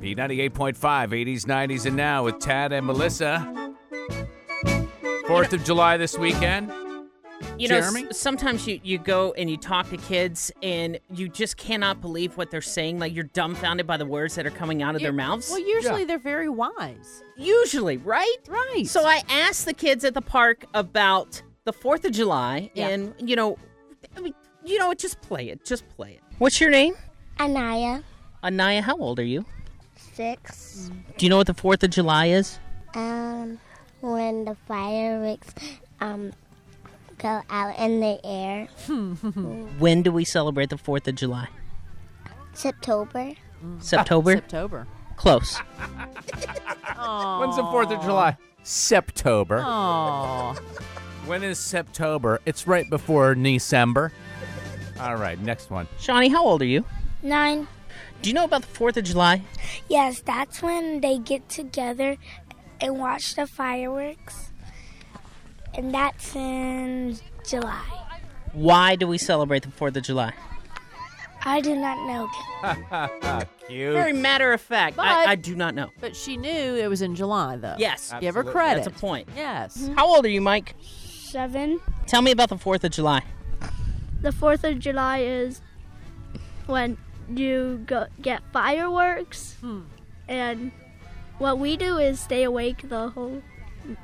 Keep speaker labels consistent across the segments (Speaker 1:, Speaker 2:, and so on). Speaker 1: B98.5, 80s, 90s, and now with Tad and Melissa. Fourth of July this weekend.
Speaker 2: You know, s-
Speaker 1: Jeremy?
Speaker 2: sometimes you, you go and you talk to kids and you just cannot believe what they're saying. Like you're dumbfounded by the words that are coming out of their
Speaker 3: Yeah,
Speaker 2: mouths.
Speaker 3: Well, usually they're very wise.
Speaker 2: Usually, right?
Speaker 3: Right.
Speaker 2: So I asked the kids at the park about the 4th of July
Speaker 3: Yeah.
Speaker 2: and, you know, I mean, you know, what, just play it. Just play it. What's your name?
Speaker 4: Anaya,
Speaker 2: Anaya, how old are you?
Speaker 4: six.
Speaker 2: Do you know what the 4th of July is?
Speaker 4: Um, when the fireworks um go out in the air,
Speaker 2: When do we celebrate the 4th of July?
Speaker 4: September,
Speaker 2: September?
Speaker 3: September.
Speaker 2: Close.
Speaker 1: When's the 4th of July? September.
Speaker 3: Oh,
Speaker 1: When is September? It's right before December. All right, next one.
Speaker 2: Shawnee, how old are you?
Speaker 4: nine.
Speaker 2: Do you know about the 4th of July?
Speaker 5: Yes, that's when they get together and watch the fireworks. And that's in July.
Speaker 2: Why do we celebrate the 4th of July?
Speaker 5: I do not know.
Speaker 1: Cute.
Speaker 2: Very matter of fact.
Speaker 3: But-
Speaker 2: I, I do not know.
Speaker 3: but she knew it was in July though.
Speaker 2: Yes.
Speaker 3: Give her
Speaker 1: Absolutely.
Speaker 3: credit.
Speaker 2: That's a point. Mm-hmm.
Speaker 3: Yes.
Speaker 2: How old are you, Mike?
Speaker 5: Seven.
Speaker 2: Tell me about the 4th of July.
Speaker 5: The 4th of July is when you go get fireworks. And what we do is stay awake the whole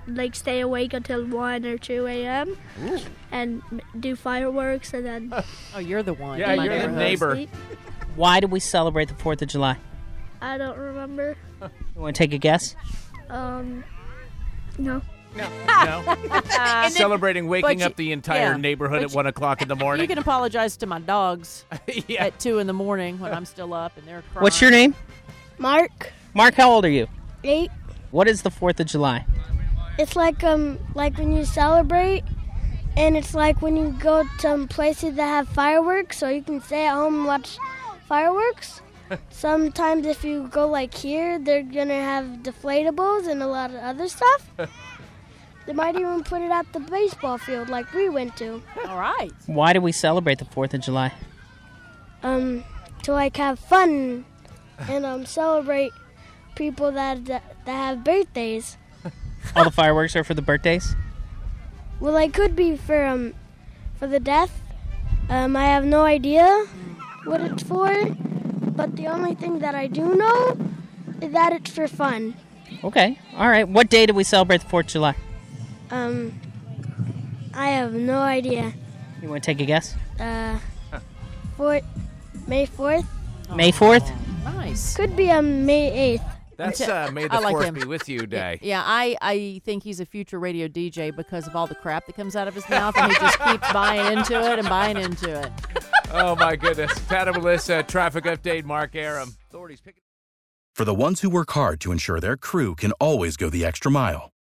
Speaker 5: like stay awake until 1 or 2 a.m. and m- do fireworks and then
Speaker 3: Oh, you're the one.
Speaker 1: Yeah,
Speaker 3: in my
Speaker 1: you're the
Speaker 3: neighborhood.
Speaker 1: neighbor.
Speaker 5: sleep.
Speaker 2: Why do we celebrate the 4th of July?
Speaker 5: I don't remember.
Speaker 2: You want to take a guess?
Speaker 5: Um no.
Speaker 1: No? Celebrating waking
Speaker 3: but
Speaker 1: up
Speaker 3: you-
Speaker 1: the entire
Speaker 3: yeah,
Speaker 1: neighborhood
Speaker 3: but
Speaker 1: at
Speaker 3: you-
Speaker 1: 1 o'clock in the
Speaker 3: You
Speaker 1: morning.
Speaker 3: can apologize to my dogs
Speaker 1: yeah.
Speaker 3: at two in the morning when I'm still up and they're crying.
Speaker 2: What's your name?
Speaker 5: Mark
Speaker 2: Mark, how old are you?
Speaker 5: 8
Speaker 2: What is the 4th of July?
Speaker 5: It's like um like when you celebrate and it's like when you go to um, places that have fireworks so you can stay at home and watch fireworks. Sometimes if you go like here, they're gonna have deflatables and a lot of other stuff. they might even put it at the baseball field like we went to.
Speaker 3: All right.
Speaker 2: Why do we celebrate the 4th of July?
Speaker 5: Um to like have fun and um celebrate people that that, that have birthdays.
Speaker 2: All the fireworks are for the birthdays?
Speaker 5: Well, I could be for um for the death. Um, I have no idea what it's for, but the only thing that I do know is that it's for fun.
Speaker 2: Okay. All right. What day do we celebrate the 4th of July?
Speaker 5: Um, I have no idea.
Speaker 2: You want to take a guess?
Speaker 5: Uh, for May fourth
Speaker 2: May 4th?
Speaker 3: Nice.
Speaker 5: could be um May eighth.
Speaker 1: That's uh, May the
Speaker 3: I like
Speaker 1: 4th
Speaker 3: him.
Speaker 1: be with you
Speaker 3: Yeah,
Speaker 1: day.
Speaker 3: yeah, I, I think he's a future radio DJ because of all the crap that comes out of his mouth and he just keeps buying into it and buying into it.
Speaker 1: Oh, my goodness. Tad and Melissa, traffic update, Mark Aram. Authorities picking
Speaker 6: For the ones who work hard to ensure their crew can always go the extra mile,